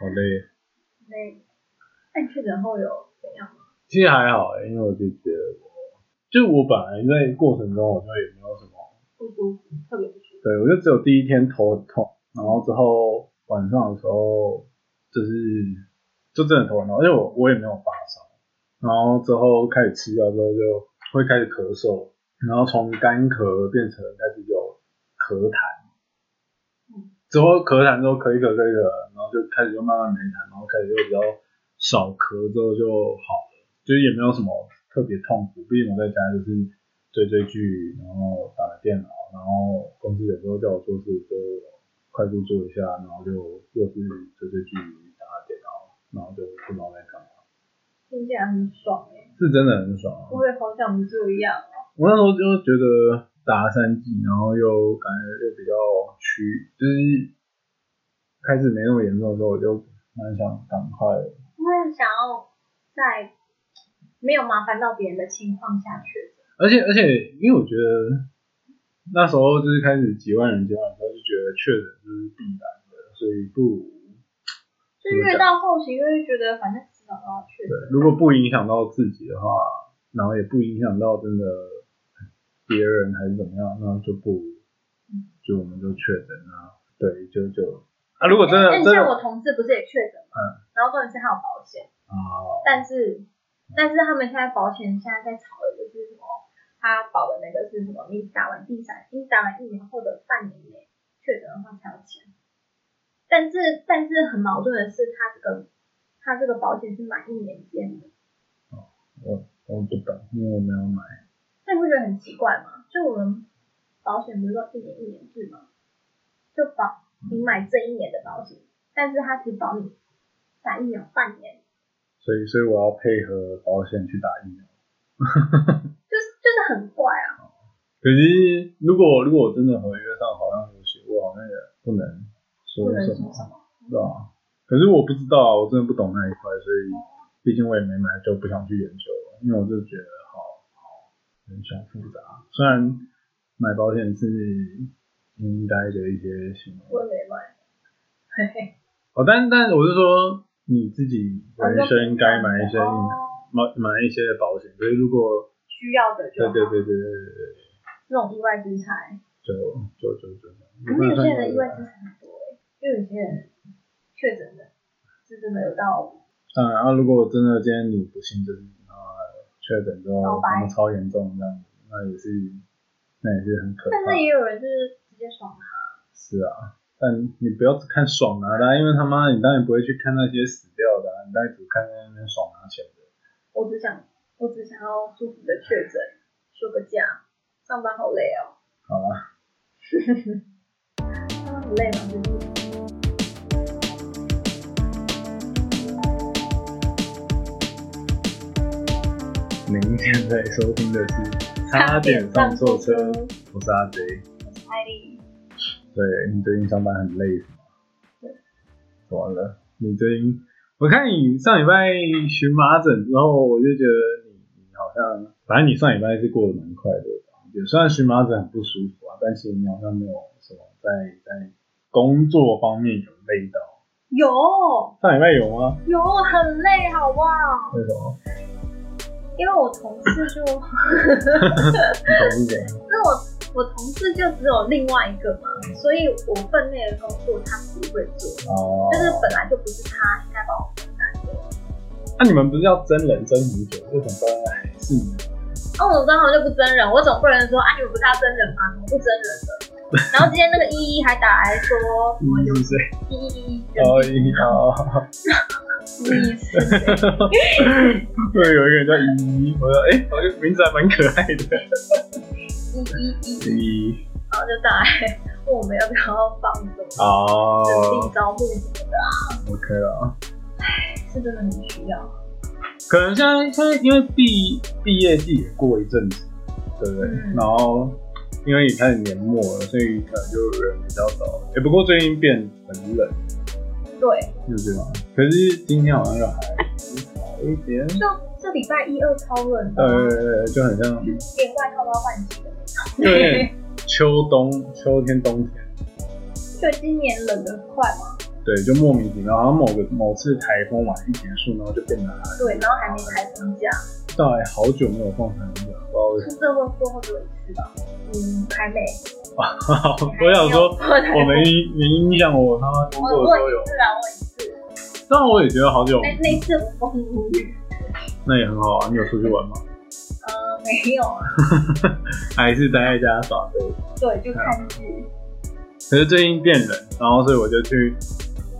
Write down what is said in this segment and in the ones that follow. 好累。那那你确诊后有怎样吗？其实还好、欸，因为我就觉得我，就我本来在过程中我就也没有什么，不舒服，特别不舒服。对我就只有第一天头很痛，然后之后晚上的时候就是就真的头很痛，因为我我也没有发烧，然后之后开始吃药之后就会开始咳嗽，然后从干咳变成开始有咳痰嗯，之后咳痰之后咳一咳咳一咳，然后就开始就慢慢没痰，然后开始就比较少咳之后就好了，就是也没有什么特别痛苦，毕竟我在家就是追追剧，然后打电脑，然后公司有时候叫我做事就快速做一下，然后就又是追追剧打电脑，然后就不知道在干嘛，听起来很爽哎、是真的很爽啊、我也好想这样哦、我那时候就觉得打了三剂，然后又感觉又比较趋，就是开始没那么严重的时候，我就蛮想赶快。因为想要在没有麻烦到别人的情况下确诊。而且而且，因为我觉得那时候就是开始几万人几万人的时候，就觉得确诊就是必然的，所以不如就越到后期越会觉得，反正迟早都要确对诊。，如果不影响到自己的话，然后也不影响到真的别人还是怎么样，那就不嗯就我们就确诊啊，对，就就啊，如果真的但真的哎像我同事不是也确诊吗？嗯然后重点是还有保险，啊。但是但是他们现在保险现在在吵的就是什么，他保的那个是什么？你打完第三，你打完疫苗或者半年内确诊的话才有钱。但是但是很矛盾的是，他这个他这个保险是满一年间的，我我不懂，因为我没有买。那你不觉得很奇怪吗？就我们保险不是说一年一年制吗？就保你买这一年的保险，但是他只保你打疫苗半年。所以，所以我要配合保险去打疫苗。就是就是很怪啊，可是，如果如果我真的合约上好像有写过，好像也不能说不能什说么，什么。是吧？可是我不知道啊，我真的不懂那一块，所以毕竟我也没买，就不想去研究了，因为我就觉得好好很想复杂。虽然买保险是应该的一些行为，我也没买，嘿嘿，哦，但但我是说你自己人生该买一些哦买买一些保险，所以如果需要的就对好。对对对对对，这种意外之财，就就就就。可是有些人的意外之财很多哎、就有些人确诊的是真的有到当然啊，如果真的今天你不幸就是啊确诊之后超白什么超严重这样子，那也是那也是很可怕。但是也有人就是直接爽啊，是啊，但你不要只看爽拿的啊、因为他妈你当然不会去看那些死掉的、啊，你当然只看那边爽拿钱的。我只想我只想要舒服的确诊，休个假，上班好累哦，好啦，上班好累吗？最近您现在收听的是《差点上错车》，我是阿贼。艾丽，对你最近上班很累是吗？对。怎么了？你最近，我看你上礼拜荨麻疹之后，我就觉得你你好像，反正你上礼拜是过得蛮快乐的吧。也虽然荨麻疹很不舒服啊，但是你好像没有什么在在工作方面有累到。有上礼拜有吗？有很累，好不好？为什么？因为我同事就。你同事怎样？因为我我同事就只有另外一个嘛，所以我分内的工作他不会做，哦，就是本来就不是他应该帮我分担的。那、啊你们不是要真人真很久？为什么当然还是你？那、我刚好就不真人，我总不能说啊你们不是要真人吗？怎么不真人的？然后今天那个依依还打来说什么有是谁？依依哦，人一哦。依依是谁？对，有一个人叫依依，我说哎，好、像名字还蛮可爱的。依依依，依依然后就打来问我们要不要放走。哦定招募什么的， ，OK 了。是真的很需要。可能现在现在因为毕毕业季也过一阵子，对不对？嗯然后因为也开始年末了，所以可能就人比较少。哎、不过最近变很冷，对，你觉得吗？可是今天好像就还好一点。就这礼拜一二超冷的对对啊，对对，就很像连外套都要换季的那种。对秋冬、秋天、冬天，就就今年冷得很快嘛，对，就莫名其妙，好像某个某次台风完一结束，然后就变得很对，然后还没开放假，大概好久没有放寒假，不知道为什是这会过后就一次吧，嗯，还没，么。 我想说，我没没印象，我他妈工我作的时候我有一，次啊，我一次，但我也觉得好久，那那次无风无雨，那也很好啊。你有出去玩吗？呃，没有啊，还是待在家耍废？对，就看剧，可是最近变冷，然后所以我就去，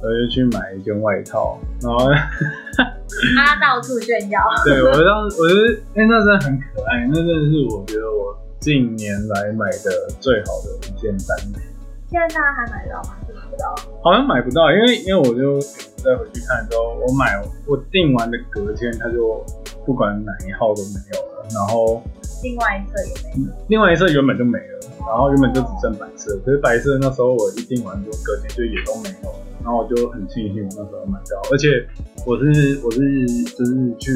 我就去买一件外套，然后他啊到处炫耀，对我当时我觉得，哎、那真的很可爱，那真的是我觉得我近年来买的最好的一件单品，现在大家还买得到吗？不知道，好像买不到，因为因为我就再回去看之后，我买我订完的隔天，它就不管哪一号都没有了，然后另外一侧也没有，另外一色原本就没了，然后原本就只剩白色，可是白色那时候我一订完之后，隔天就也都没有了，然后我就很庆幸我那时候买到，而且我是 我是就是去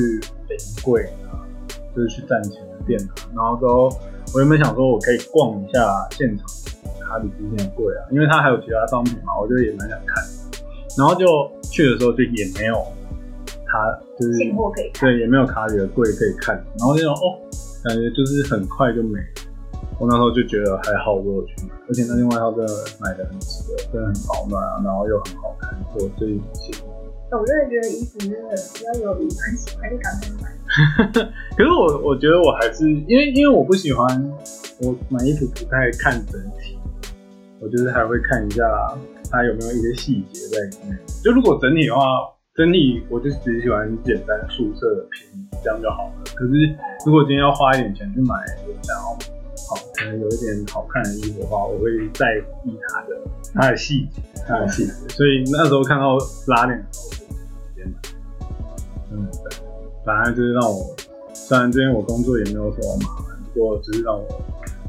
临柜啊，就是去站前的店啊，然后之后我原本想说我可以逛一下现场卡比之前的柜啊，因为它还有其他商品嘛，我就也蛮想看，然后就去的时候就也没有它就是现货可以看，对，也没有卡里的柜可以看，然后那种哦，感觉就是很快就没了。我那时候就觉得还好，我有去买，而且那件外套真的买的很值得，真的很保暖啊，然后又很好看，我最喜欢。我真的觉得衣服真的只要有一款喜欢就赶快买，可是我我觉得我还是因为因为我不喜欢我买衣服不太看整体，我就是还会看一下它有没有一些细节在里面。就如果整体的话，整体我就只喜欢简单素色的便宜，这样就好了。可是如果今天要花一点钱去买我想要嗯好可能有一点好看的衣服的话，我会在意它的它的细节，它的细节。所以那时候看到拉链的时候，我就直接买，真的很赞。反正就是让我，虽然最近我工作也没有什么麻烦，不过只是让我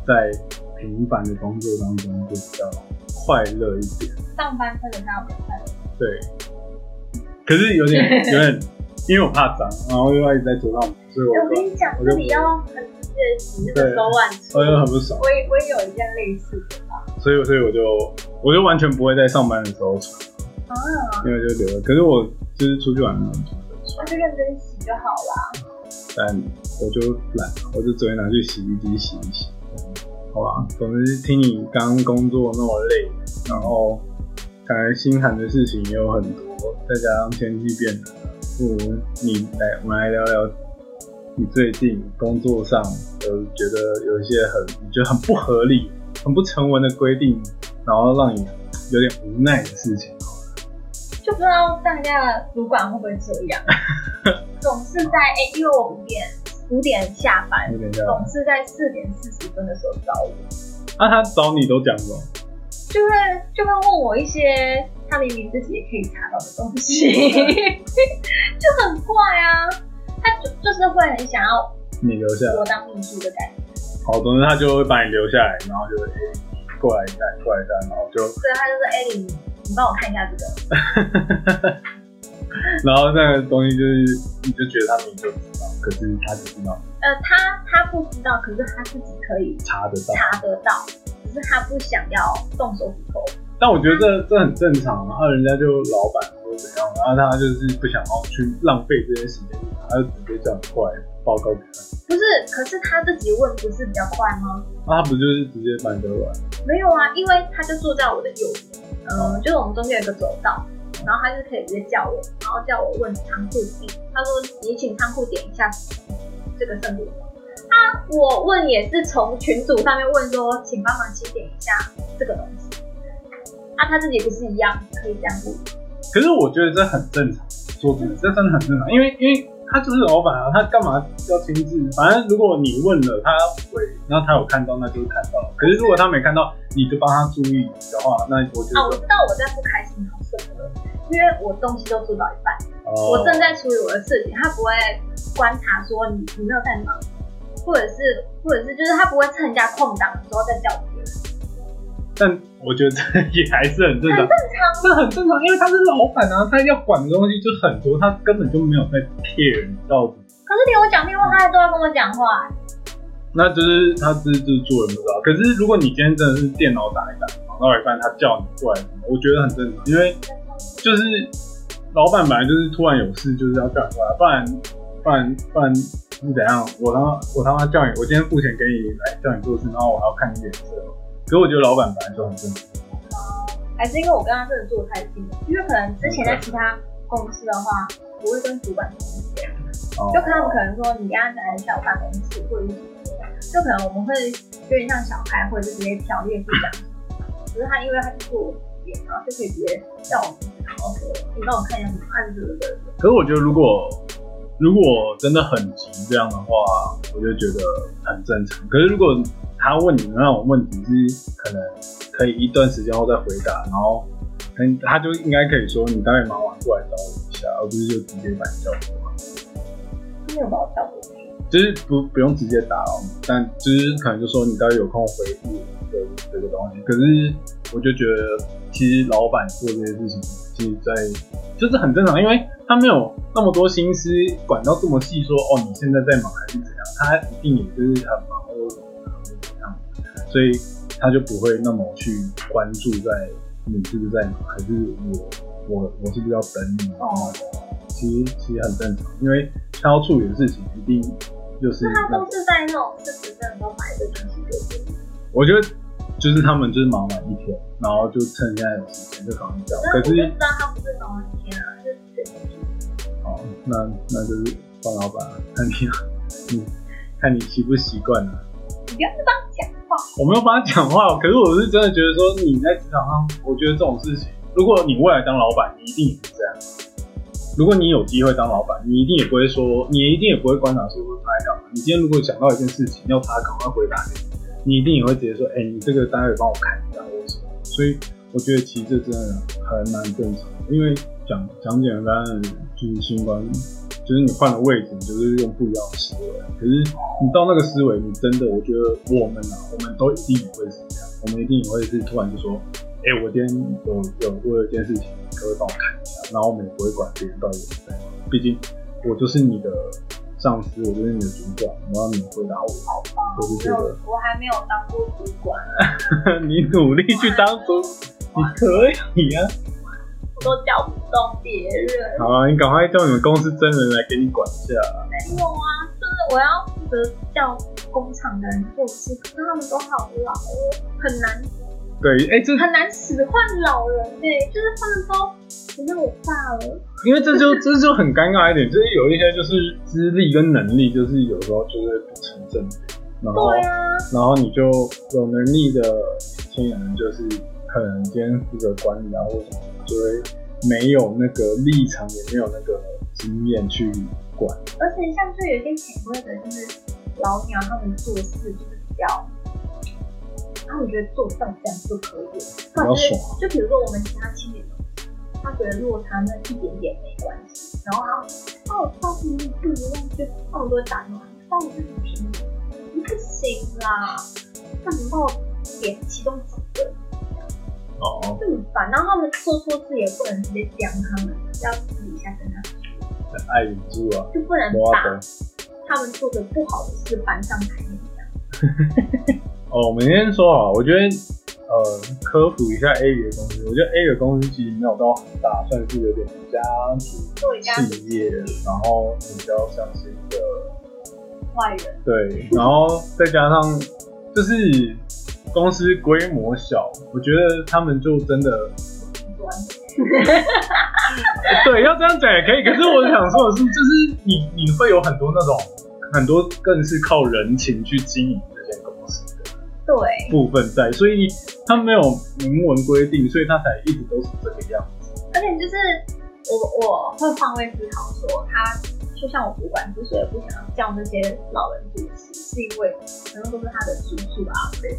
在平凡的工作当中就比较快乐一点。上班真的大不快乐，对，可是有点有点，因为我怕脏，然后又要一直在桌上，所以我哎我就跟你讲，这里要很直接的洗，那个手腕粗我就很不爽，我也我也有一件类似的所以所以我就我就完全不会在上班的时候穿，啊，因为就留了。可是我就是出去玩的时候就穿，那就认真洗就好了。但我就懒，我就只会拿去洗衣机洗一洗。好吧，总之听你刚工作那么累，然后感觉心寒的事情也有很多，再加上天气变冷了，不如你来，我们来聊聊你最近工作上有觉得有一些很你觉得很不合理、很不成文的规定，然后让你有点无奈的事情。就不知道大家的主管会不会这样，总是在哎、因为我五点五点下班，有点像，总是在四点四十分的时候找我，那、啊他找你都讲什么？就会就会问我一些他明明自己也可以查到的东西，就很怪啊。他就就是会很想要你留下来，我当秘书的感觉，好，总之他就会把你留下来，然后就会、哎过来一下，过来一下，然后就所以他就是哎、你你帮我看一下这个，然后那个东西就是，你就觉得他明明就知道，可是他只知道呃，他他不知道，可是他自己可以查得到。查得到，只是他不想要动手指头。但我觉得这这很正常嘛，那人家就老板或怎样，然后他就是不想要去浪费这些时间，他就直接叫你过来报告给他。不是，可是他自己问不是比较快吗？那他不就是直接把你丢过来？没有啊，因为他就坐在我的右边，嗯，就是我们中间有一个走道，然后他就可以直接叫我，然后叫我问仓库地，他说你请仓库点一下什么东西，这个剩多少？啊，我问也是从群组上面问说，请帮忙清点一下这个东西。啊，他自己不是一样可以这样问？可是我觉得这很正常，说真的，这真的很正常，因为因为他就是老板啊，他干嘛要亲自？反正如果你问了他回，然后他有看到，那就是看到了。可是如果他没看到，你就帮他注意的话，那我觉啊，我得知道我在不开心好什么了，因为我东西都做到一半。哦我正在处理我的事情，他不会观察说你你没有在忙，或者是或者是就是他不会趁人家空档的时候再叫别人。但我觉得这也还是很正常，常这很正常，因为他是老板啊，他要管的东西就很多，他根本就没有在 care 你到底，可是连我讲电话，他还都要跟我讲话、那就是他只是就是做人不知道。可是如果你今天真的是电脑打一打，然后忙到一半他叫你过来，我觉得很正常，因为就是老板本来就是突然有事就是要叫你过来，不然不然不然是怎样？我他妈我他妈叫你，我今天付钱给你来叫你做事，然后我还要看你脸色。可是我觉得老板本来就很正常，还是因为我跟他真的做得太近了，因为可能之前在其他公司的话，我会跟主管同事这样，哦就他们可能说你压来小办公室或者是什么的，就可能我们会有点像小孩，或者是直接条列式讲。可是他因为他是做别人，然后就可以直接叫我们，然后说你帮我看一下什么案子的。可是我觉得如果如果真的很急这样的话，我就觉得很正常。可是如果他问你的那种问题是可能可以一段时间后再回答，然后很他就应该可以说你待会忙完过来找我一下，而不是就直接把你叫过来，他没有把我叫过去，就是不不用直接打扰你，但就是可能就说你待会有空回复我的这个东西。可是我就觉得其实老板做这些事情，其实在就是很正常，因为他没有那么多心思管到这么细，说哦你现在在忙还是怎样，他一定也就是很忙或者怎样，所以他就不会那么去关注在你是不是在忙，还是我我我是不是要等你哦其实其实很正常，因为他要处理的事情一定就是那他那都是在那种事情真的都买一个东西给我，我觉得就是他们就是忙完一天，然后就趁现在有时间就搞一掉。但可我就是知道他不是那种天啊，就是随便去哦，那那就是换老板啊，看你你看你习不习惯啊。你不要去帮他讲话。我没有帮他讲话，可是我是真的觉得说你在职场上，我觉得这种事情，如果你未来当老板，你一定也是这样。如果你有机会当老板，你一定也不会说，你一定也不会观察说他在干嘛。你今天如果想到一件事情，要他赶快回答你，你一定也会直接说，哎、你这个待会帮我看一下，或者什么。所以我觉得其实这真的很难正常，因为讲讲简单的就是新冠，就是你换了位置，你就是用不一样的思维。可是你到那个思维，你真的，我觉得我们啊，我们都一定也会是这样，我们一定也会是突然就说，哎、我今天有有我有一件事情，你可不可以帮我看一下？然后我们也不会管别人到底有没有在忙，毕竟我就是你的上司，我就是你的主管，然后你回答我，我就没觉得有，我还没有当过主管， 你努力去当主，你可以啊。我都叫不动别人。好啊，你赶快叫你们公司真人来给你管一下。没有啊，就是我要负责叫工厂的人做事，可是他们都好老哦，很难对，哎、这很难使唤老人呢、就是他们都不像我爸了，因为这就这就很尴尬一点，就是有一些就是资历跟能力，就是有时候就是不成正比，然后、对啊，然后你就有能力的年轻人，就是可能今天负责管理啊或者什么，就会没有那个立场，也没有那个经验去管。而且像是有一些潜规则，就是老鸟他们做事就是比较，他们觉得做到这样就可以了，较就是爽就比如说我们其他青年同事，他觉得落差那一点点没关系，然后他哦，到底你不一样，就那么多打电话，到底是不行，你不行啊啦，干嘛把我点其中几个，哦，就很烦。然后他们做错事也不能直接讲他们，要私底下跟他们说，爱忍住啊，就不能摸把啊。他们做的不好的事搬上台面讲。哦，我们今天说好，我觉得呃，科普一下 A 语的公司，我觉得 A 语的公司其实没有到很大，算是有点家族作为家企业，然后比较像是一个外人，对，然后再加上就是公司规模小，我觉得他们就真的 对要这样讲也可以。可是我想说的是，就是你你会有很多那种很多更是靠人情去经营这间公司的对，部分在，所以他没有明文规定，所以他才一直都是这个样子。而且就是我我会换位思考说，他就像我主管之所以不想要叫那些老人主持，是因为全部都是他的叔叔啊，对，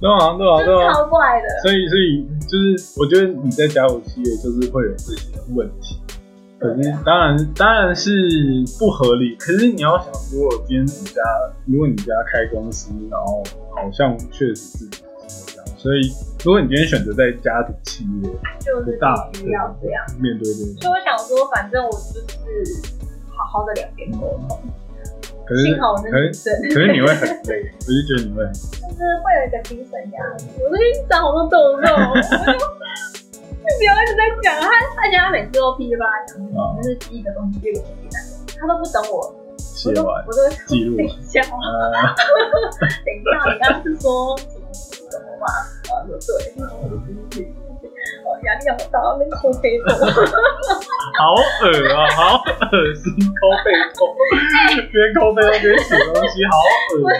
对啊，对啊，就对是啊。超怪的，所以，所以就是我觉得你在家有企业就是会有这些问题，可是对啊当然当然是不合理。可是你要想，如果今天你家如果你家开公司，然后好像确实是这样，所以如果你今天选择在家族企业就是大必须要这样。面对这个，所以我想说，反正我就是好好的两边沟通，可是幸好我是可女是生，可是你会很累，我就觉得你会很累就是会有一个精神压力。我最近长好多痘痘， 我就不要一直在讲他，而且他每次都噼里啪啦讲，啊就是第一个东西就有东西来了，他都不等我，写我都完我都记录等完一下，呃，等一下，你刚刚是说什么什么吗？啊，说对，我就不是哦，压力好大，那个后背痛。 好恶啊，好恶心，抠背痛，边抠背痛边写东西，好恶，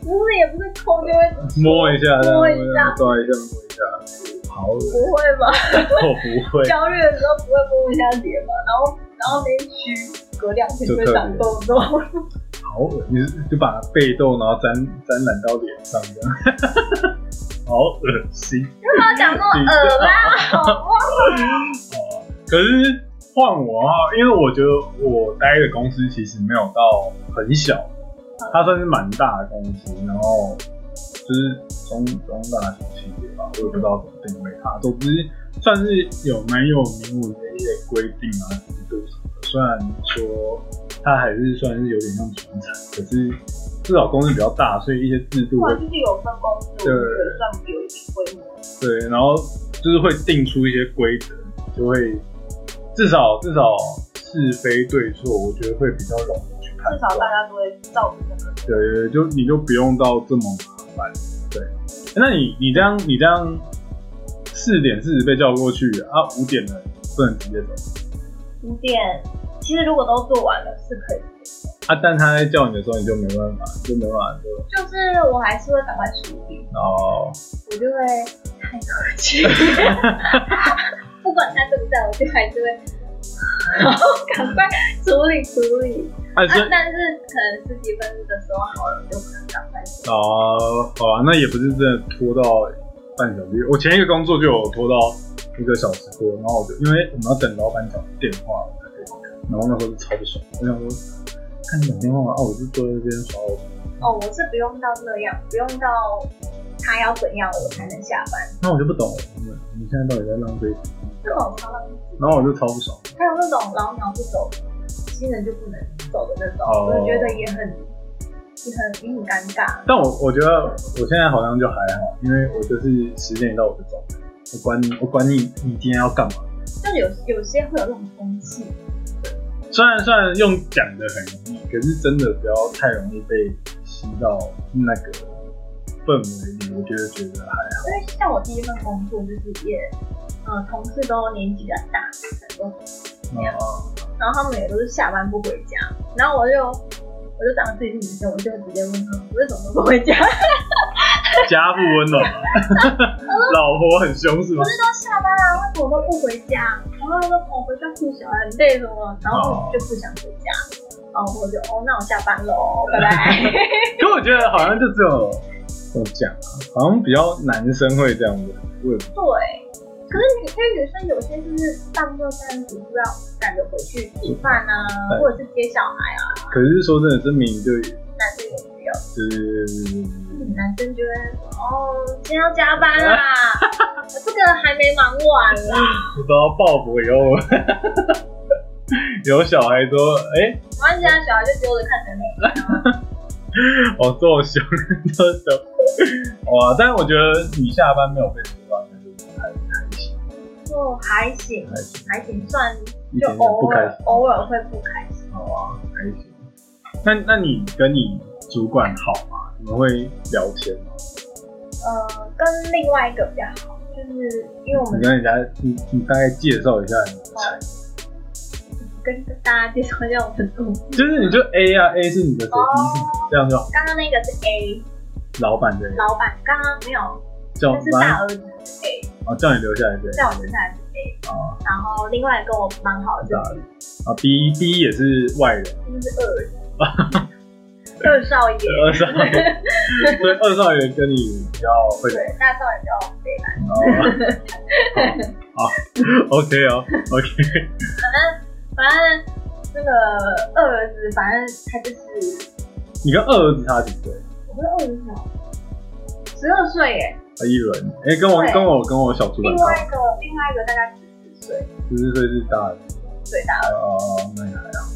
不是也不是抠，就会摸一下，这样摸一下抓一下，摸一下，好恶，不会吧？我不会，焦虑的时候不会摸一下脸嘛，然后然后连续隔两天就会长痘痘，好恶，你是就把被动然后沾沾染到脸上这样， 好恶心。不要讲那么恶啦，好不好？可是换我啊，因为我觉得我待的公司其实没有到很小，它算是蛮大的公司，然后就是中中大型企业吧，我也不知道怎么定位它，总之算是有蛮有明文的一些规定啊制度什么的。虽然说它还是算是有点像传产，可是至少公司比较大，所以一些制度或会者就是有分公司，我觉得算有一定规模。对，然后就是会定出一些规则，就会至少至少是非对错，我觉得会比较容易去判至少断。大家都会照着这个。对对，对就你就不用到这么麻烦。对，那你你这样你这样四点四十被叫过去啊，五点了不能直接走五点，其实如果都做完了是可以，啊，但他在叫你的时候你就没办法，就没办法就就是我还是会赶快处理，然后我就会太客气， 不管他在不在，我就还是会。 然后赶快处理处理，啊啊是，但是可能十几分钟的时候好了，就可能赶快做。哦，好啊，那也不是真的拖到半小时。我前一个工作就有拖到一个小时多，然后我就因为我们要等老板讲电话我才可以看，然后那时候就超不爽，我想说，看你讲电话啊，我就坐在这边耍我。哦，我是不用到那样，不用到他要怎样我才能下班，那我就不懂了，你们你现在到底在浪费？这种超浪费。然后我就超不爽，还有那种老鸟不走，新人就不能走的那种，哦我觉得也很也很也很尴尬。但我我觉得我现在好像就还好，因为我就是十点一到我就走，我管你我管你你今天要干嘛。就有有些会有那种风气，虽然虽然用讲的很容易，可是真的不要太容易被吸到那个氛围里，我觉得觉得啊还因为像我第一份工作就是也，呃，同事都年纪比较大，很多，好。然后他们也都是下班不回家，然后我就我就当自己是女生，我就直接问他们为什么都不回家，家不温暖吗？老婆很凶是吗 我？就说下班啊，为什么都不回家？然后他说哦，回家顾小孩很累什么，然后就就不想回家，然后我就哦，那我下 班喽，拜拜。可我觉得好像就只有我讲啊，好像比较男生会这样子问。对，可是女因为女生有些就是大部分三十读要赶着回去煮饭啊，对或者是接小孩啊，可是说真的，这明明就男生也需要。就是嗯男生就会说哦，今天要加班啦， 这个还没忙完啦，不知道报复以后， 有小孩说，哎、没关系啊，小孩就丢着看着你。哦，做 熊做熊，哇！但是我觉得你下班没有被处罚，那就是还还行，就还行，还行，还行，算一就点点不偶开尔心，偶尔会不开心。好啊，还行。那那你跟你主管好吗？你们会聊天吗？呃，跟另外一个比较好，就是因为我们哦你跟人家，你你大概介绍一下你的产品，跟大家介绍一下我们的公司，就是你就 A 啊，A 是你的谁，B 是你哦这样就好。刚刚那个是 A 老板的老板，刚刚没有叫但是反大正儿子是 A，哦叫你留下来对，在我留下来是啊，A，然后另外跟我蛮好的大是儿啊 B B 也是外人， B 是二儿子，二少爷，二少 爷，所以二少爷跟你比较会聊对，大少爷叫北来，哦，好好，OK 哦，OK，反正那个二儿子，反正他就是，你跟二儿子差几岁？我不是二儿子吗？十二岁耶，啊，一轮，哎、跟我对跟我跟我小主管另差外一个另外一个大概十四岁，十四岁是大的，最大哦，那你还好。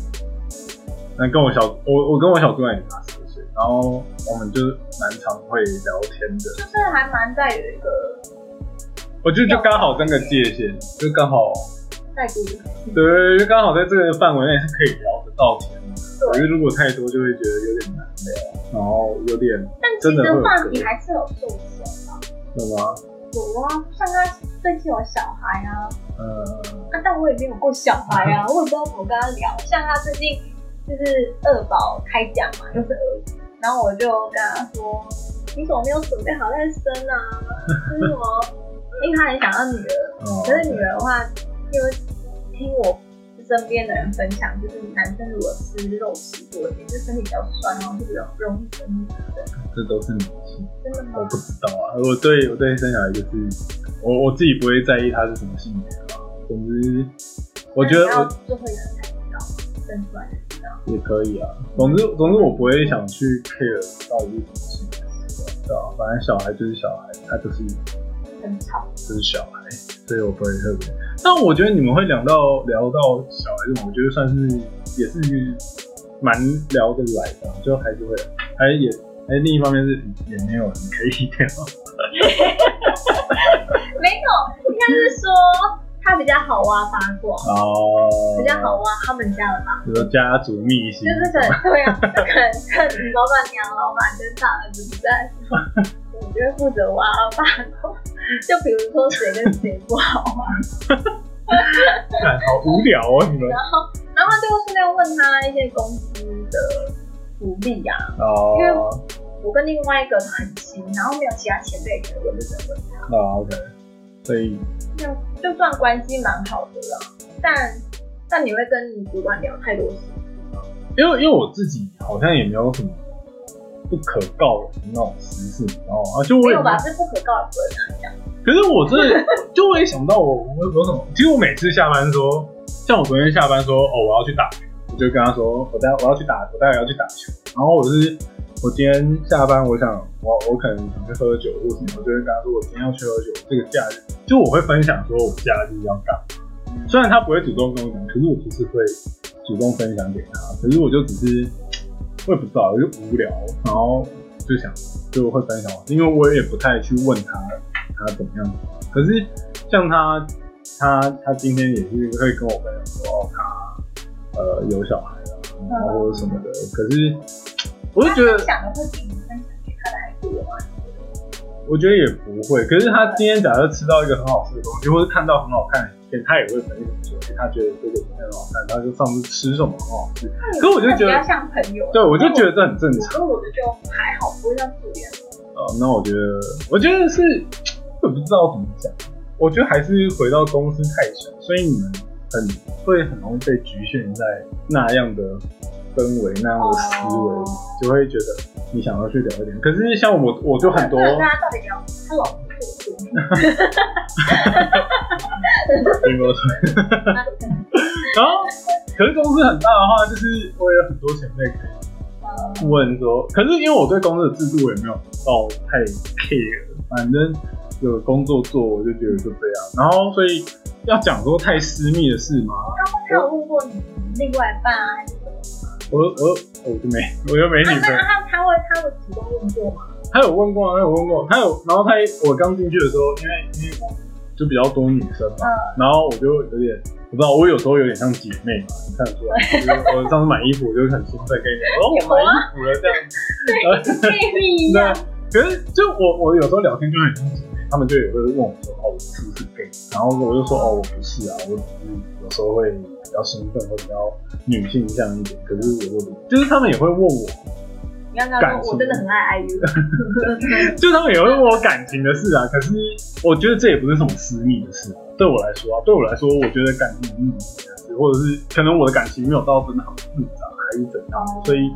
那跟我小我我跟我小主管也差十岁，然后我们就是蛮常会聊天的。就是还蛮在有一个我觉得就刚好这个界限，就刚好在读的，对，就刚好在这个范围内是可以聊得到天的。我觉得如果太多就会觉得有点难聊，然后有点但其真的实会有话隔题阂还是有受限的。什么有啊，像他最近有小孩啊，呃，啊，但我也没有过小孩 啊，我也不知道怎么跟他聊。像他最近就是二宝开奖嘛，又是儿子，然后我就跟他说，你怎么没有准备好再生 啊？就是什么，因为他很想要女儿，嗯可是女儿的话，因为听我身边的人分享，就是男生如果吃肉吃多一点，就身体比较酸，然后就比较容易生病。这都是迷信，真的我吗？不知道啊。我对我对生小孩就是我我自己不会在意他是什么性别啊，总之我觉得那你要我最后一个才知道，生出来才知道。也可以啊。总之，总之我不会想去 care 到底是什么事，对啊，反正小孩就是小孩，他就是很吵，就是小孩，所以我不会特别。但我觉得你们会聊到聊到小孩这种，我觉得算是也是蛮聊得来的，就还是会，还也还另一方面是也没有人可以聊。应该是说他比较好挖八卦，哦，比较好挖他们家的八卦，比如说家族秘辛就，是可能对啊，就可能趁老板娘、老板跟大儿子不在，我就会负责挖八卦，就比如说谁跟谁不好啊，看好无聊哦，你们。然后然后就顺便问他一些公司的福利啊，因为哦，我跟另外一个很亲，然后没有其他前辈给我就只能问他，那哦 OK，所以就就算关系蛮好的啦，但但你会跟你主管聊太多事。因为因为我自己好像也没有什么不可告人的那种私事，你知道吗？就我没也有吧？，是不可告人的。可是我真的 就我也想不到我我有什么，其实我每次下班说，像我昨天下班说哦我要去打球，我就跟他说我待我要去打我待会要去打球，然后我是我今天下班我想我我可能想去喝酒或什么，我就会跟他说我今天要去喝酒，这个假日就我会分享说我假日要干嘛，虽然他不会主动跟我讲，可是我就是会主动分享给他，可是我就只是我也不知道，我就无聊，然后就想就会分享，因为我也不太去问他他怎么样。可是像他，他他今天也是会跟我分享说，哦，他呃有小孩了，然后或者什么的。可是我就觉他得，分享的会比你分享给他的还多啊吗？我觉得也不会。可是他今天假设吃到一个很好吃的东西，或者看到很好看的影片，他也会分享说，哎他觉得这个影片很好看，他就上次吃什么很好吃。可我就觉比较得，像朋友。对我就觉得这很正我常。跟我的就还好，不会像主人。呃，那我觉得，我觉得是，我也不知道怎么讲。我觉得还是回到公司太小，所以你们很会很容易被局限在那样的氛围、那样的思维，哦就会觉得你想要去聊一点。可是像我，我就很多，那大家到底聊他老公是不是？听过然后，可是公司很大的话，就是我有很多前辈可呃以问说，可是因为我对公司的制度也没有到太 care，反正有工作做，我就觉得就这样。然后，所以要讲说太私密的事吗？他有问过你另外一 半啊，还是什么？我我我就没，我又没啊女朋友那。他他会他会主动问过 吗？他有问过，啊，他有问过，他有，然后他我刚进去的时候，因为因为我就比较多女生嘛，然后我就有点不知道，我有时候有点像姐妹嘛，你看得出来。就是我上次买衣服，我就很兴奋跟你讲，哦，我买衣服了这样。 对你呃那呀，可是就我我有时候聊天就很像姐妹，他们就也会问我说，哦，我是不是 gay？然后我就说，哦，我不是啊，我只是有时候会比较兴奋或比较女性向一点，可是我又就是他们也会问我，你刚刚说我真的很爱 IU，就他们也会问我感情的事啊，可是我觉得这也不是什么私密的事啊，对我来说啊，对我来说，我觉得感情没有什么私密的事，或者是可能我的感情没有到真的很复杂，还是怎样，哦所以，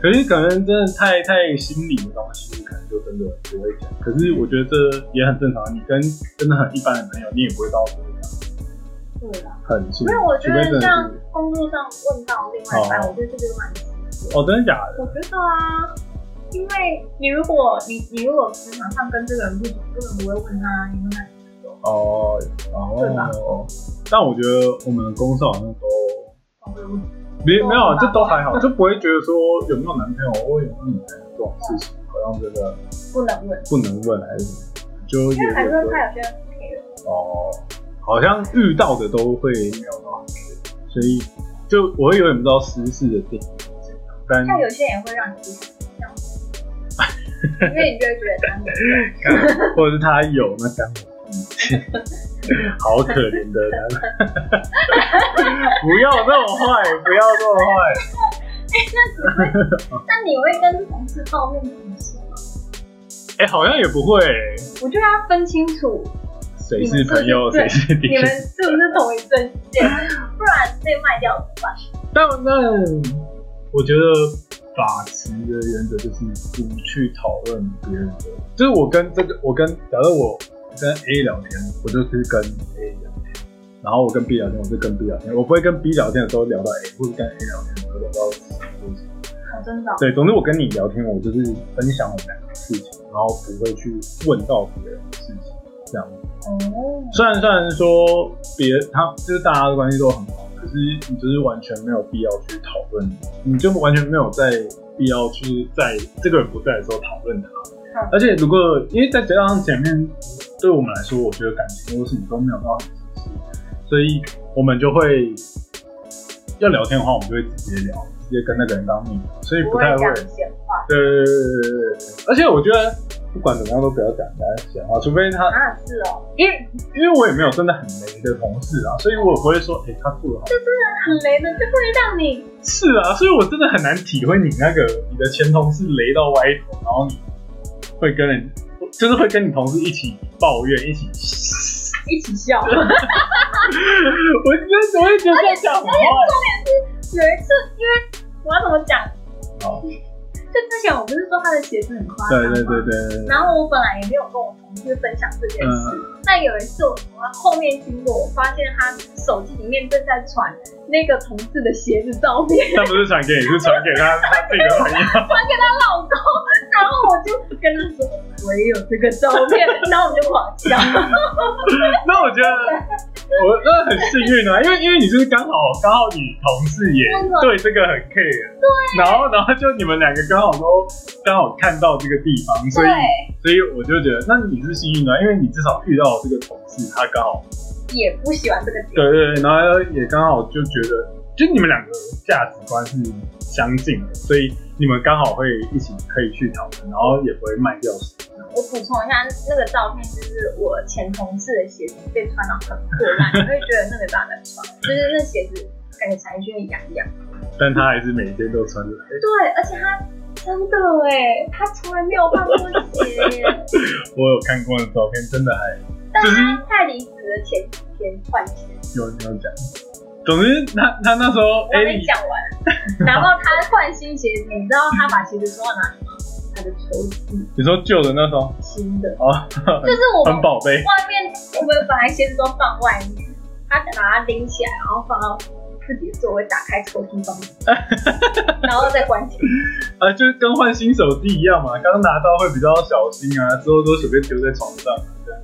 可是可能真的太太心理的东西，可能就真的不会讲。可是我觉得这也很正常，你跟真的很一般的朋友，你也不会到真的讲对啦。很亲因为，我觉除非真得的是像工作上问到另外一半，哦我觉得这就是蛮直接。哦，真的假的？我觉得啊，因为你如果你你如果职场上跟这个人不熟，根本不会问他你们俩哦，对吧哦，但我觉得我们公司好像都会不会问。没没有，这都还好，就不会觉得说有没有男朋友或有没有女朋友这种事情，好像真的不能问，不能问还是什么，就因也为还有是时候怕有些人不 care。哦，好像遇到的都会没有到很所以就我会有点不知道私事的定义是怎样，但像有些人也会让你自己这样子，因为你就会觉得他 们或者是他有那干我屁事 好可怜的他， 不要这么坏，不要这么坏，哎哦那你会跟同事抱怨这种事吗？哎、好像也不会、我就要分清楚谁是朋友，你谁们是敌你们人。是不是同一阵线，不然被卖掉怎么办？但但我觉得法治的原则就是不去讨论别人的，就是我跟这个，我跟假如我跟 A 聊天，我就是跟 A 聊天，然后我跟 B 聊天，我就跟 B 聊天，我不会跟 B 聊天的时候聊到 A，或者跟 A 聊天的时候聊到 C 或者什么哦，真的哦、对，总之我跟你聊天，我就是分享我们两个的事情，然后不会去问到别人的事情，这样。哦，虽然虽然说别他就是大家的关系都很好，可是你就是完全没有必要去讨论，你就完全没有在必要去在这个人不在的时候讨论他。嗯而且如果因为再加上前面对我们来说，我觉得感情或是你都没有到很熟悉，所以我们就会要聊天的话，我们就会直接聊，直接跟那个人当面聊，所以不不会太会讲闲话对对对对对对，而且我觉得不管怎么样都不要讲人家闲话，除非他，啊，是哦，因为因为我也没有真的很雷的同事啊，所以我也不会说，哎、他做的好，很雷的就会让你是啊，所以我真的很难体会你那个你的前同事雷到歪头，然后你会跟人，就是会跟你同事一起抱怨，一起，一起笑。我觉得我会觉得这样讲很坏，有一次，因为我要怎么讲？好就之前我不是说他的鞋子很夸张对吗？对对对对嗯对，然后我本来也没有跟我同事分享这件事，但有一次我从他后面经过，我发现他手机里面正在传那个同事的鞋子 照片，他不是传给你，是传给他他自己的朋友。老公，然后我就跟他说我也有这个照 片，然后我们就狂笑，那我觉得我那很幸运啊，因为因为你就是刚好刚好你同事也真 的对这个很 care，对，然后然后就你们两个刚好都刚好看到这个地方，所以对，所以我就觉得那你是幸运的啊、因为你至少遇到这个同事，他刚好也不喜欢这个点，对对，对然后也刚好就觉得，就你们两个价值观是相近的，所以你们刚好会一起可以去讨论，然后也不会卖掉什么。我补充一下，那个照片就是我前同事的鞋子被穿到很破烂， 你会觉得那没办法再穿，就是那鞋子感觉才去痒痒。但他还是每天都穿着。对，而且他真的哎，他从来没有换过鞋耶，我有看过的照片，真的还但就是他在离职的前几天换鞋。有没有讲？总之，他他那时候哎我还没 A 讲完，然后他换新鞋子，你知道他把鞋子装到哪里吗？他的抽屉，你说旧的那时候新的，哦，就是我们很宝贝，外面我们本来鞋子都放外面，他把它拎起来，然后放到自己的座位，打开抽屉 放进去，然后再关起来。啊，就是跟换新手机一样嘛，刚拿到会比较小心啊，之后都随便丢在床上，这样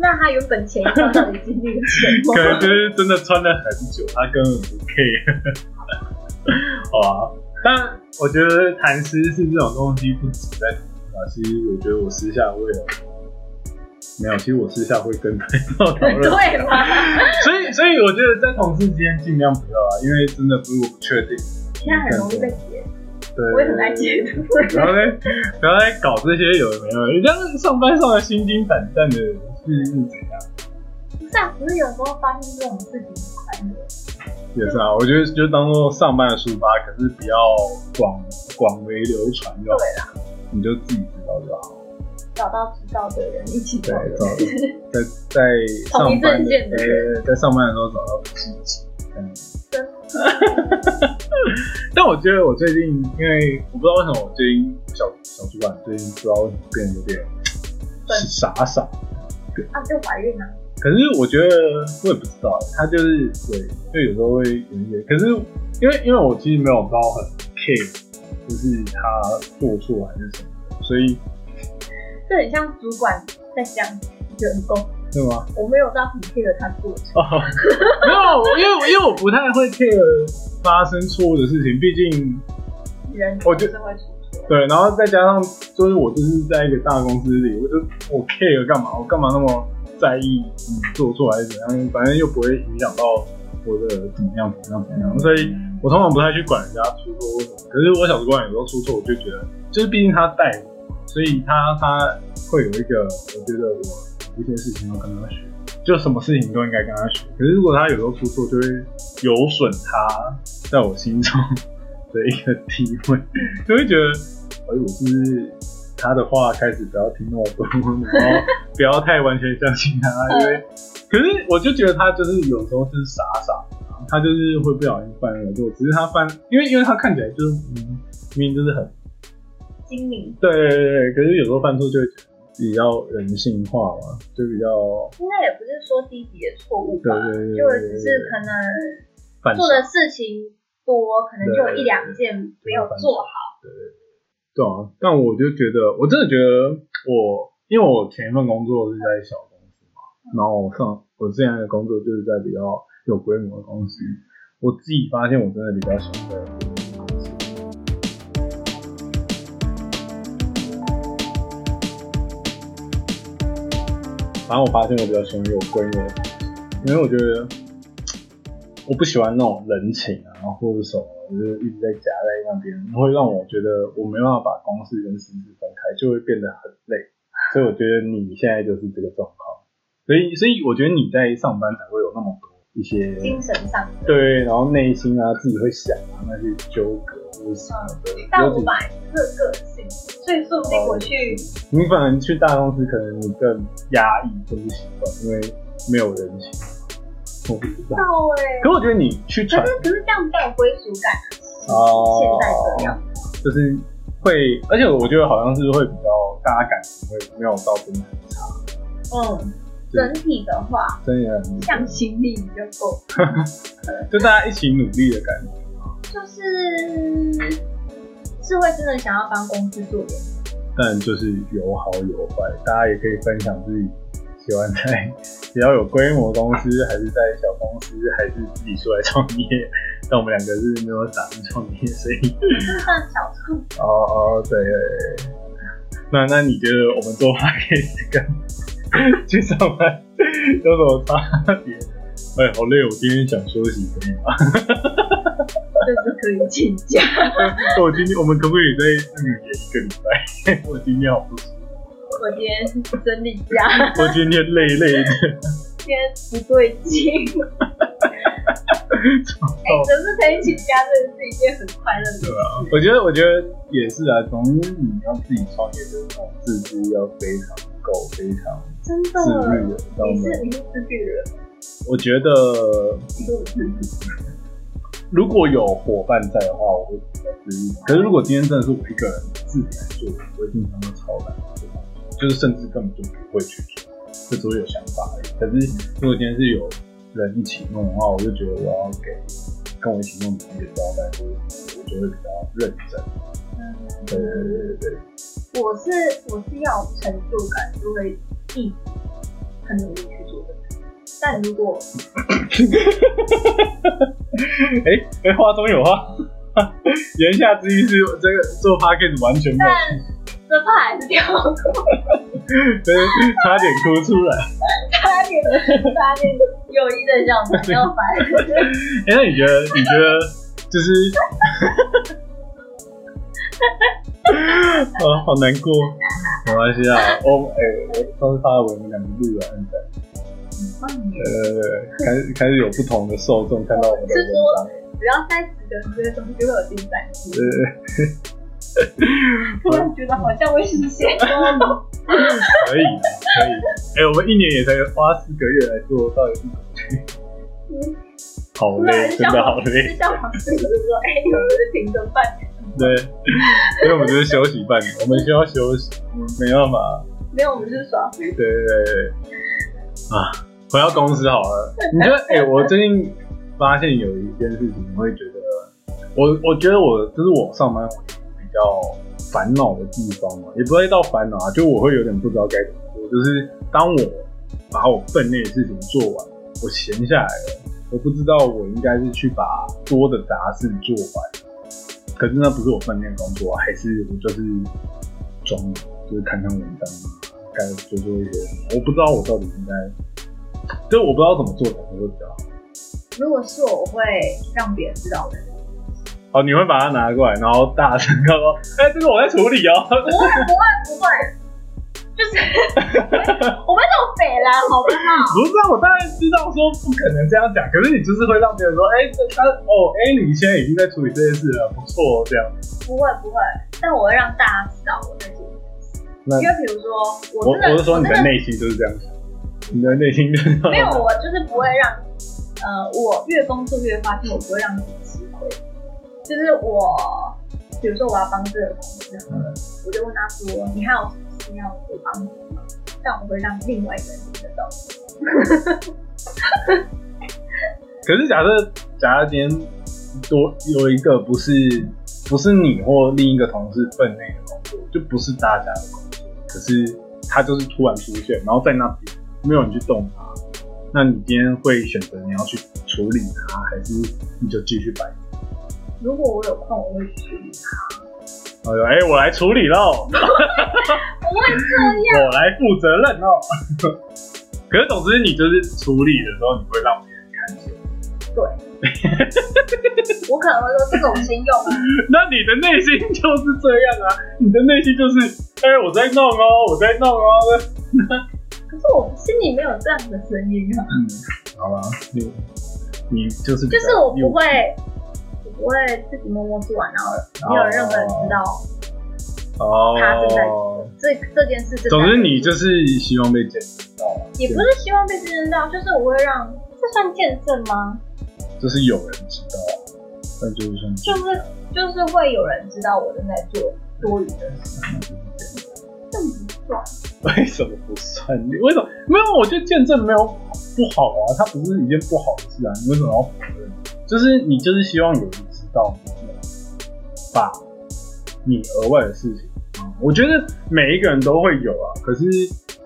那他原本前一段到底经历了什可能么？就是真的穿了很久，他根本不 care。好啊，但我觉得谈私事这种东西不止在谈啊，其实我觉得我私下会有，没有，其实我私下会跟朋友讨论。对吗？所以，所以我觉得在同事之间尽量不要啊，因为真的不是我不确定。现在很容易被截，对，我也很爱截图。不要再不要再搞这些有的没有的，你这样上班上的心惊胆战的是是怎样？不是啊，不是有时候发生这种事情很快乐。也是啊，我觉得就当做上班的抒发，可是不要广广为流传就好了，你就自己知道就好。找到知道的人一起对讨论，找在在上班同的一阵线的呃在上班的时候找到知己。嗯， 但我觉得我最近，因为我不知道为什么我最近小小主管最近不知道为什么变得有点笨傻傻，啊，就怀孕了、啊。可是我觉得我也不知道，他就是对，就有时候会有一些，可是因为因为我其实没有到很 care，就是他做错还是什么的，所以这很像主管在讲员工，对吗？我没有到很 care 他做什么。哦，嗯没有，因为我因为我不太会 care 发生错误的事情，毕竟人我觉总是会出错。对，然后再加上就是我就是在一个大公司里，我就我 care 干嘛？我干嘛那么在意你做错还是怎样？反正又不会影响到我的怎么样怎么样怎么样，嗯所以嗯我通常不太去管人家出错为什么。可是我小主管有时候出错，我就觉得就是毕竟他带我，所以他他会有一个，我觉得我有一些事情要跟他学。就什么事情都应该跟他学，可是如果他有时候出错，就会有损他在我心中的一个地位，就会觉得哎，我是不是他的话开始不要听那么多，然后不要太完全相信他，因为可是我就觉得他就是有时候就是傻傻的啊，他就是会不小心犯了错，只是他犯，因为因为他看起来就是明明明就是很精明，对对对，对可是有时候犯错就会觉得比较人性化嘛，就比较应该也不是说低级的错误对吧，对对对就只是可能反做的事情多，可能就有一两件没有做好。对啊，但我就觉得，我真的觉得我，因为我前一份工作是在小公司嘛，然后我上我之前的工作就是在比较有规模的公司，我自己发现我真的比较喜欢在有规模的公司。反正我发现我比较喜欢有规模的公司，因为我觉得我不喜欢那种人情啊，或者什么，就是一直在夹在那边，会让我觉得我没办法把公事跟私事分开，就会变得很累。所以我觉得你现在就是这个状况，所以所以我觉得你在上班才会有那么多一些精神上的，对，然后内心啊自己会想啊那些纠葛或者什么的。但我尤其本来就是个性，所以说不定我去你反而去大公司，可能你更压抑这不习惯，因为没有人情。我不知道，到哎、可我觉得你去传可是可是这样比较有归属感啊。哦现在这样，就是会，而且我觉得好像是会比较大家感情会没有到真的很差，嗯，整体的话，真的很向心力比较够，就大家一起努力的感觉。就是是会真的想要帮公司做点但就是有好有坏，大家也可以分享自己喜欢在比较有规模的公司，还是在小公司，还是自己出来创业。但我们两个是没有打算创业，所以事，算小事。哦哦，对对对。那那你觉得我们做 p o d c a s 跟去上班有什么差别？哎，好累，我今天想休息，可以吗？就是可以请假。 我今天我们可不可以再那个延一个礼拜？我今天好不舒服，我今天是真理假，我今天累累的。今天不对 劲。哎、可是可以请假，真的是一件很快乐的事。我觉得，我觉得也是啊。总之，你要自己创业，就是那种自制力要非常够，非常真自律的。的，知道你吗？是你是自律人，我觉得你是我自律。如果有伙伴在的话，我会比较自律。可是如果今天真的是我一个人自己来做，我会经常都超懒，就是甚至根本就不会去做，就只会有想法而已。可是如果今天是有人一起弄的话，我就觉得我要给跟我一起弄的那个交代，就是我觉得比较认真。对对对对对。嗯，我是我是要有成就感，就会一直很努力去做的人。但如果哎、哎，话中有话，言下之意是这个做 podcast 完全没有，这怕还是掉过，对差点哭出来。差点差点友谊的小朋友烦。哎、那你觉得？你觉得就是，啊，好难过。没关系啊，我哎、上次发的文我们两个录了，很赞。嗯对对对对，开始开始有不同的受众看到我们的是文说章。只要三十个人追踪，就会有进展数。对对对，突然觉得好像会实 现。可以可以。哎、我们一年也才花四个月来做，到底是怎么去？好累，真的好累。就像老师就是说，哎、你们不是停更半年，对，所以我们就是休息半年，我们需要休息，我们没办法。没有，我们就是耍对对对对，啊，回到公司好了。你觉得？哎、我最近发现有一件事情，我会觉得，我我觉得我就是我上班我比较烦啊恼的地方嘛，也不会到烦恼啊，就我会有点不知道该怎么做。就是当我把我分内的事情做完，我闲下来了，我不知道我应该是去把多的杂事做完，可是那不是我分内的工作啊，还是我就是装，就是看看文章，啊该做做一些什么，我不知道我到底应该，就是我不知道怎么做才会比较好。如果是我，我会让别人知 道我在做什么。哦，你会把它拿过来，然后大声地说：“哎、这个我在处理哦。 不会，不会，不会， 就是我们那种北蓝，好不好？”不是啊，我当然知道说不可能这样讲，可是你就是会让别人说：“哎、这他哦，哎、你现在已经在处理这件事了，不错哦，这样。不会，不会，但我会让大家知道我在做什么。”那因为比如说，我我真的，我是说你真的的内心就是这样想，你的内心就是没有，我就是不会让，呃，我越工作越发现我不会让你吃亏，就是我，比如说我要帮这个同事，我就问他说，你还有什么事要我帮你吗？但我会让另外一个人知道。可是假设假设今天多有一个不是不是你或另一个同事分内的工作，就不是大家的工作，可是他就是突然出现，然后在那边没有人去动他，那你今天会选择你要去处理他，还是你就继续摆？如果我有空，我会去处理它。哎呦，哎、我来处理喽，不会这样，我来负责任喽。 可是总之，你就是处理的时候，你会让别人看见。我可能会说这个我先用啊，那你的内心就是这样啊，你的内心就是，哎、我在弄哦，我在弄哦。可是我心里没有这样的声音啊，嗯，好了，你你就是比就较是我不幼稚，会，我不会自己默默做完，然后没有任何人知道他正在哦，这这件事正在。总之你就是希望被检视到，也不是希望被见证到，就是我会让这算见证吗？就是有人知道，那就是算就是就是会有人知道我正在做多余的事，这不算。为什么不算？你为什么没有？我觉得见证没有不好啊，它不是一件不好的事啊。你为什么要否认？就是你就是希望有人知道你把你额外的事情啊、嗯我觉得每一个人都会有啊，可是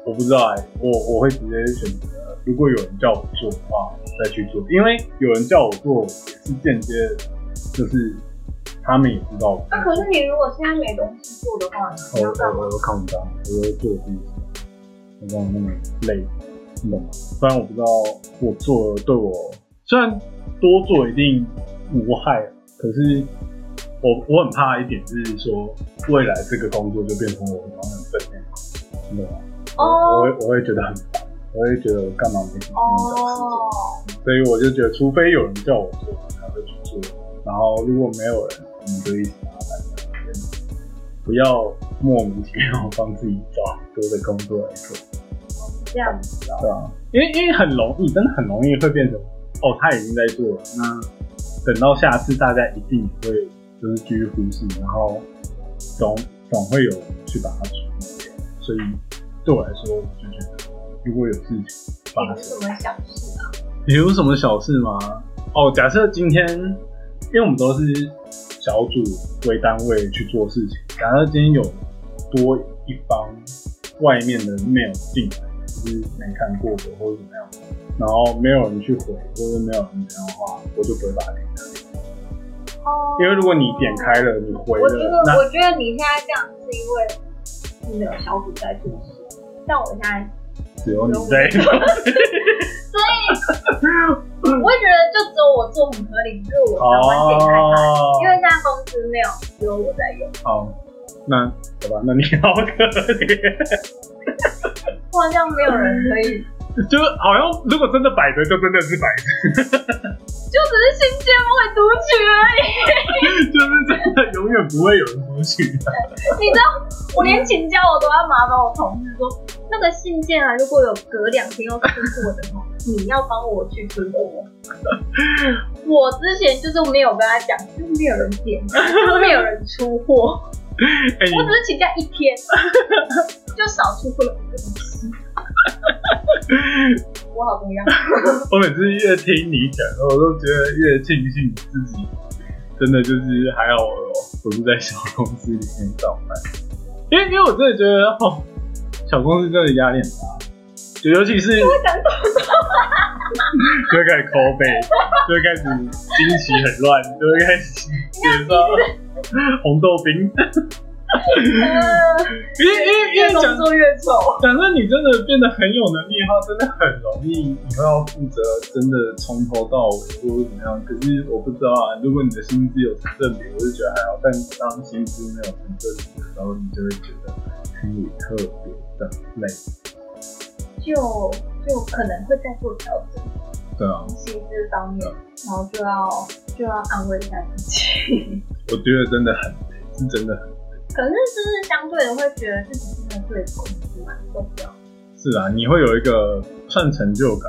我不知道哎、我我会直接选择，如果有人叫我做的话，我再去做，因为有人叫我做也是间接的，就是他们也知道我。那、可是你如果现在没东西做的话，我你要干嘛？我我看不到，我会做自己，我让我那么累，你懂吗？虽然我不知道我做了对我，虽然多做一定无害，可是我我很怕一点就是说，未来这个工作就变成我永远分内的工作，你懂吗？我哦会我会觉得很烦，我会觉得我干嘛没什么事情找事做。哦，所以我就觉得，除非有人叫我做，我才会去做。然后如果没有人，你就一直麻烦别人，不要莫名其妙帮自己找很多的工作来做，这样子哦。对啊，因为因为很容易，真的很容易会变成，哦，他已经在做了，那等到下次大家一定也会就是继续忽视，然后总总会有人去把它处理掉。所以对我来说，我就觉得如果有事情发生你。是什么小事啊？你有什么小事吗？哦，假设今天，因为我们都是小组为单位去做事情，假设今天有多一方外面的 mail 进来，就是没看过的或者怎么样，然后没有人去回，或者没有人怎样的话，我就不会把它点开。哦因为如果你点开了，你回我觉得了，那我觉得你现在这样是因为你没有小组在做事，但我现在只有你在。我会觉得就只有我做很合理，就是哦我上班点开它，哦，因为现在公司没有只有我在用。好，那好吧，那你好可怜。我好像没有人可以， 就是好像如果真的摆着，就真的是摆着，就只是信件不会读取而已。 就是真的永远不会有哎人读取的。你知道，我连请假我都要麻烦我同事说，那个信件啊，如果有隔两天要出货的 话，你要帮我去出货。我之前就是没有跟他讲，就是没有人点，就是没有人出货，哎、我只是请假一 天，就少出货了五个东 西。我好重要。我每次越听你讲，我都觉得越庆幸自己真的就是还好我我是在小公司里面上班，因为因为我真的觉得哦，小公司真的压力很大，就尤其是会长痘痘，就会开始抠背，就会开始惊奇很乱，就会开始脸上红豆冰。呃因为因为因越为讲工作越丑。假设你真的变得很有能力的话，真的很容易，你会要负责真的从头到尾或者怎么样。可是我不知道啊，如果你的薪资有成正比，我就觉得哎还好；但当薪资没有成正比的时候，你就会觉得心里特别的累。就就可能会再做调整，对啊，薪资方面，然后就要就要安慰一下自己。 我觉得真的很累，是真的很可是就是相对的会觉得自己真的对公司蛮重要，是啊，你会有一个算成就感，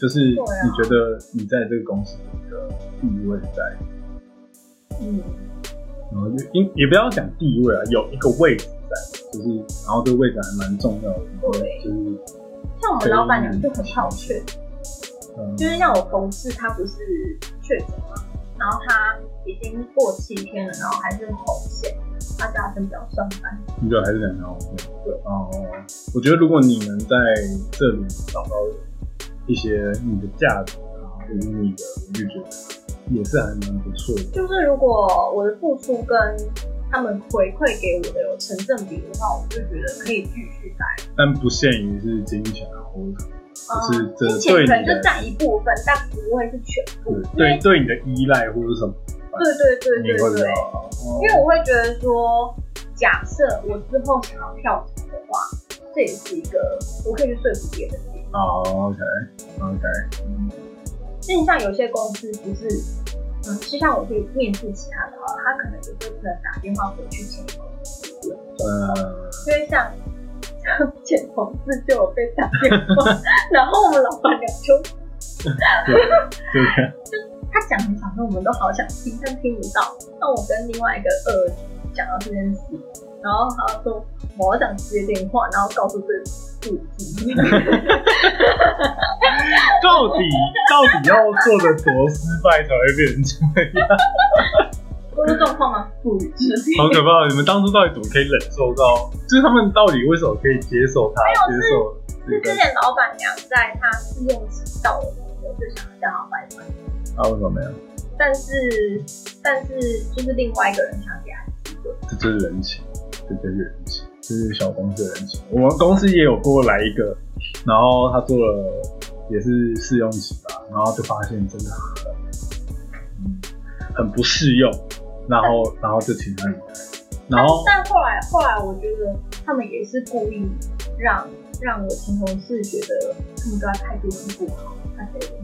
就是你对啊觉得你在这个公司的地位在，嗯，然后就因也不要讲地位啊，有一个位置在，就是然后这个位置还蛮重要的，对就是像我们老板娘就很好确诊，嗯就是像我同事他不是确诊嘛，然后他已经过七天了，然后还是红线，他叫他先不要上班。你觉得还是很好对，然后我觉得如果你能在这里找到一些你的价值啊，或者是你的，我就觉得也是还蛮不错的。就是如果我的付出跟他们回馈给我的有成正比的话，我就觉得可以继续待。但不限于是金钱啊，或者就是嗯这金钱对你可能就的占一部分，但不会是全部。是对对你的依赖或者什么，对对对你对会比对较。好。哦因为我会觉得说，假设我之后想要跳槽的话，这也是一个我可以去说服别人的点。好，OK OK，那你像有些公司不是，嗯，就像我去面试其他的话，他可能有时候不能打电话回去前公司问，呃，因为像。像前同事就有被打电话， 然后我们老板娘就对不对？他讲很小声，我们都好想听，但听不到。那我跟另外一个二讲到这件事，然后他说我想接电话，然后告诉这司 机，到底到底要做的多失败才会变成这样？工作状况吗？不予置评。好可怕！你们当初到底怎么可以忍受到？就是他们到底为什么可以接受他？接受是这个？之前老板娘在她试用期到了，我就想要叫她拜拜，他啊为什么没有？但是但是就是另外一个人想给她机会，这就是人情，这就是人情，这是小公司的人情。我们公司也有过来一个，然后他做了也是试用期吧，然后就发现真的很嗯很不适用，然后然后就请他离开，然后但后来后来我觉得他们也是故意让让我前同事觉得他们对她态度很不好，她觉得。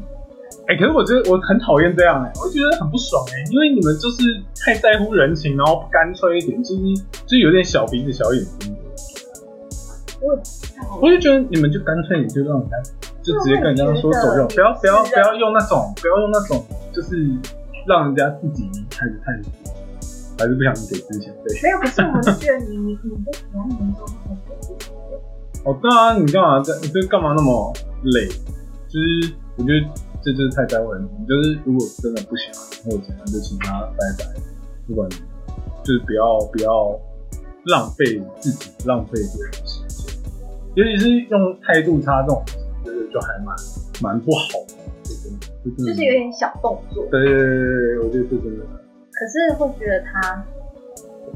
哎、可是我觉得我很讨厌这样哎、我觉得很不爽哎、因为你们就是太在乎人情，然后不干脆一点，就是就是有点小鼻子小眼睛的。我也不知道我就觉得你们就干脆你就让人家就直接跟人家说走就好，不要不要不要用那种不要用那种就是让人家自己离开的态度，还是不想给之前费。没有，可是我们觉得你你你不喜欢年终那嗯种感觉，哦，对啊，你干嘛这你这干嘛那么累？就是我觉得这就是太在乎人，你就是如果真的不喜欢或者怎样，就请他拜拜，不管就是不要不要浪费自己，浪费别人的时间，尤其是用态度差这种，我觉得就还蛮蛮不好的，这真的，这真的就是有点小动作，对对对对对，我觉得这真的可是会觉得他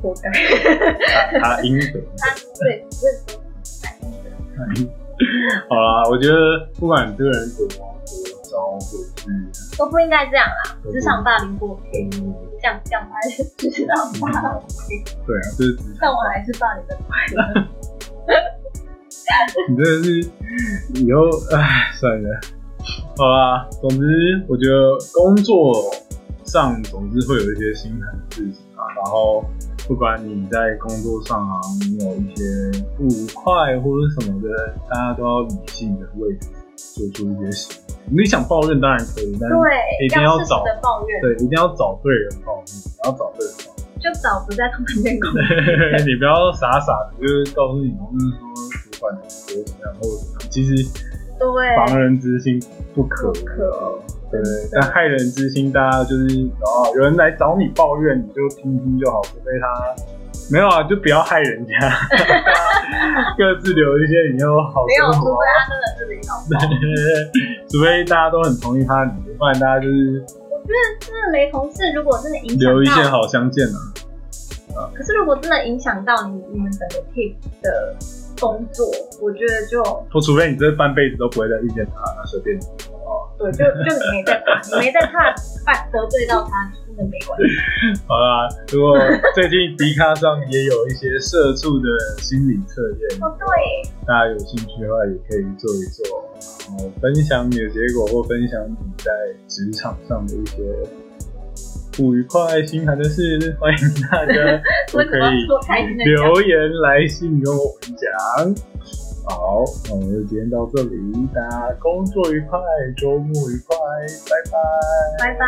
活 该，他他应得。 对，哎所以说反应的好啦，我觉得不管这个人怎么多糟，或者是都不应该这样啦，职场霸凌不 OK，这样这样还是职场霸凌，对啊，就是职场但我还是霸凌的快乐。你真的是以后唉，算了，好啦。总之，我觉得工作上总是会有一些心疼的事情啊。然后，不管你在工作上啊，你有一些不愉快或者什么的，大家都要理性的为自己做出一些行为。你想抱怨当然可以，但是一定对，要适时找的抱怨，对，一定要找对人抱怨，你要找对人抱怨。就找不在同一间公 司。你不要傻傻的，就是告诉你同事说主管的怎么样或者怎么样，其实。防对，人之心不可呃不可无对，但害人之心，大家就是哦，有人来找你抱怨，你就听听就好，除非他没有啊，就不要害人 家，各自留一些以后好没有，生除活非啊。他真的是没脑子。除非大家都很同意他的理念，不然大家就是我觉得真的雷同事，如果真的影响留一些到，好相见啊。可是如果真的影响到你你们整个 team 的工作，我觉得就或除非你这半辈子都不会再遇见他，那随便你。对，就就你没在怕，你没在怕犯得罪到他，真的没关系。好啦，如果最近迪卡上也有一些社畜的心理测验，哦，对，大家有兴趣的话也可以做一做，然后分享你的结果或分享你在职场上的一些不愉快、心寒的事，欢迎大家都为可什么以说开心的讲？留言来信跟我们讲。好，那我们就今天到这里，大家工作愉快，周末愉快，拜拜。拜拜。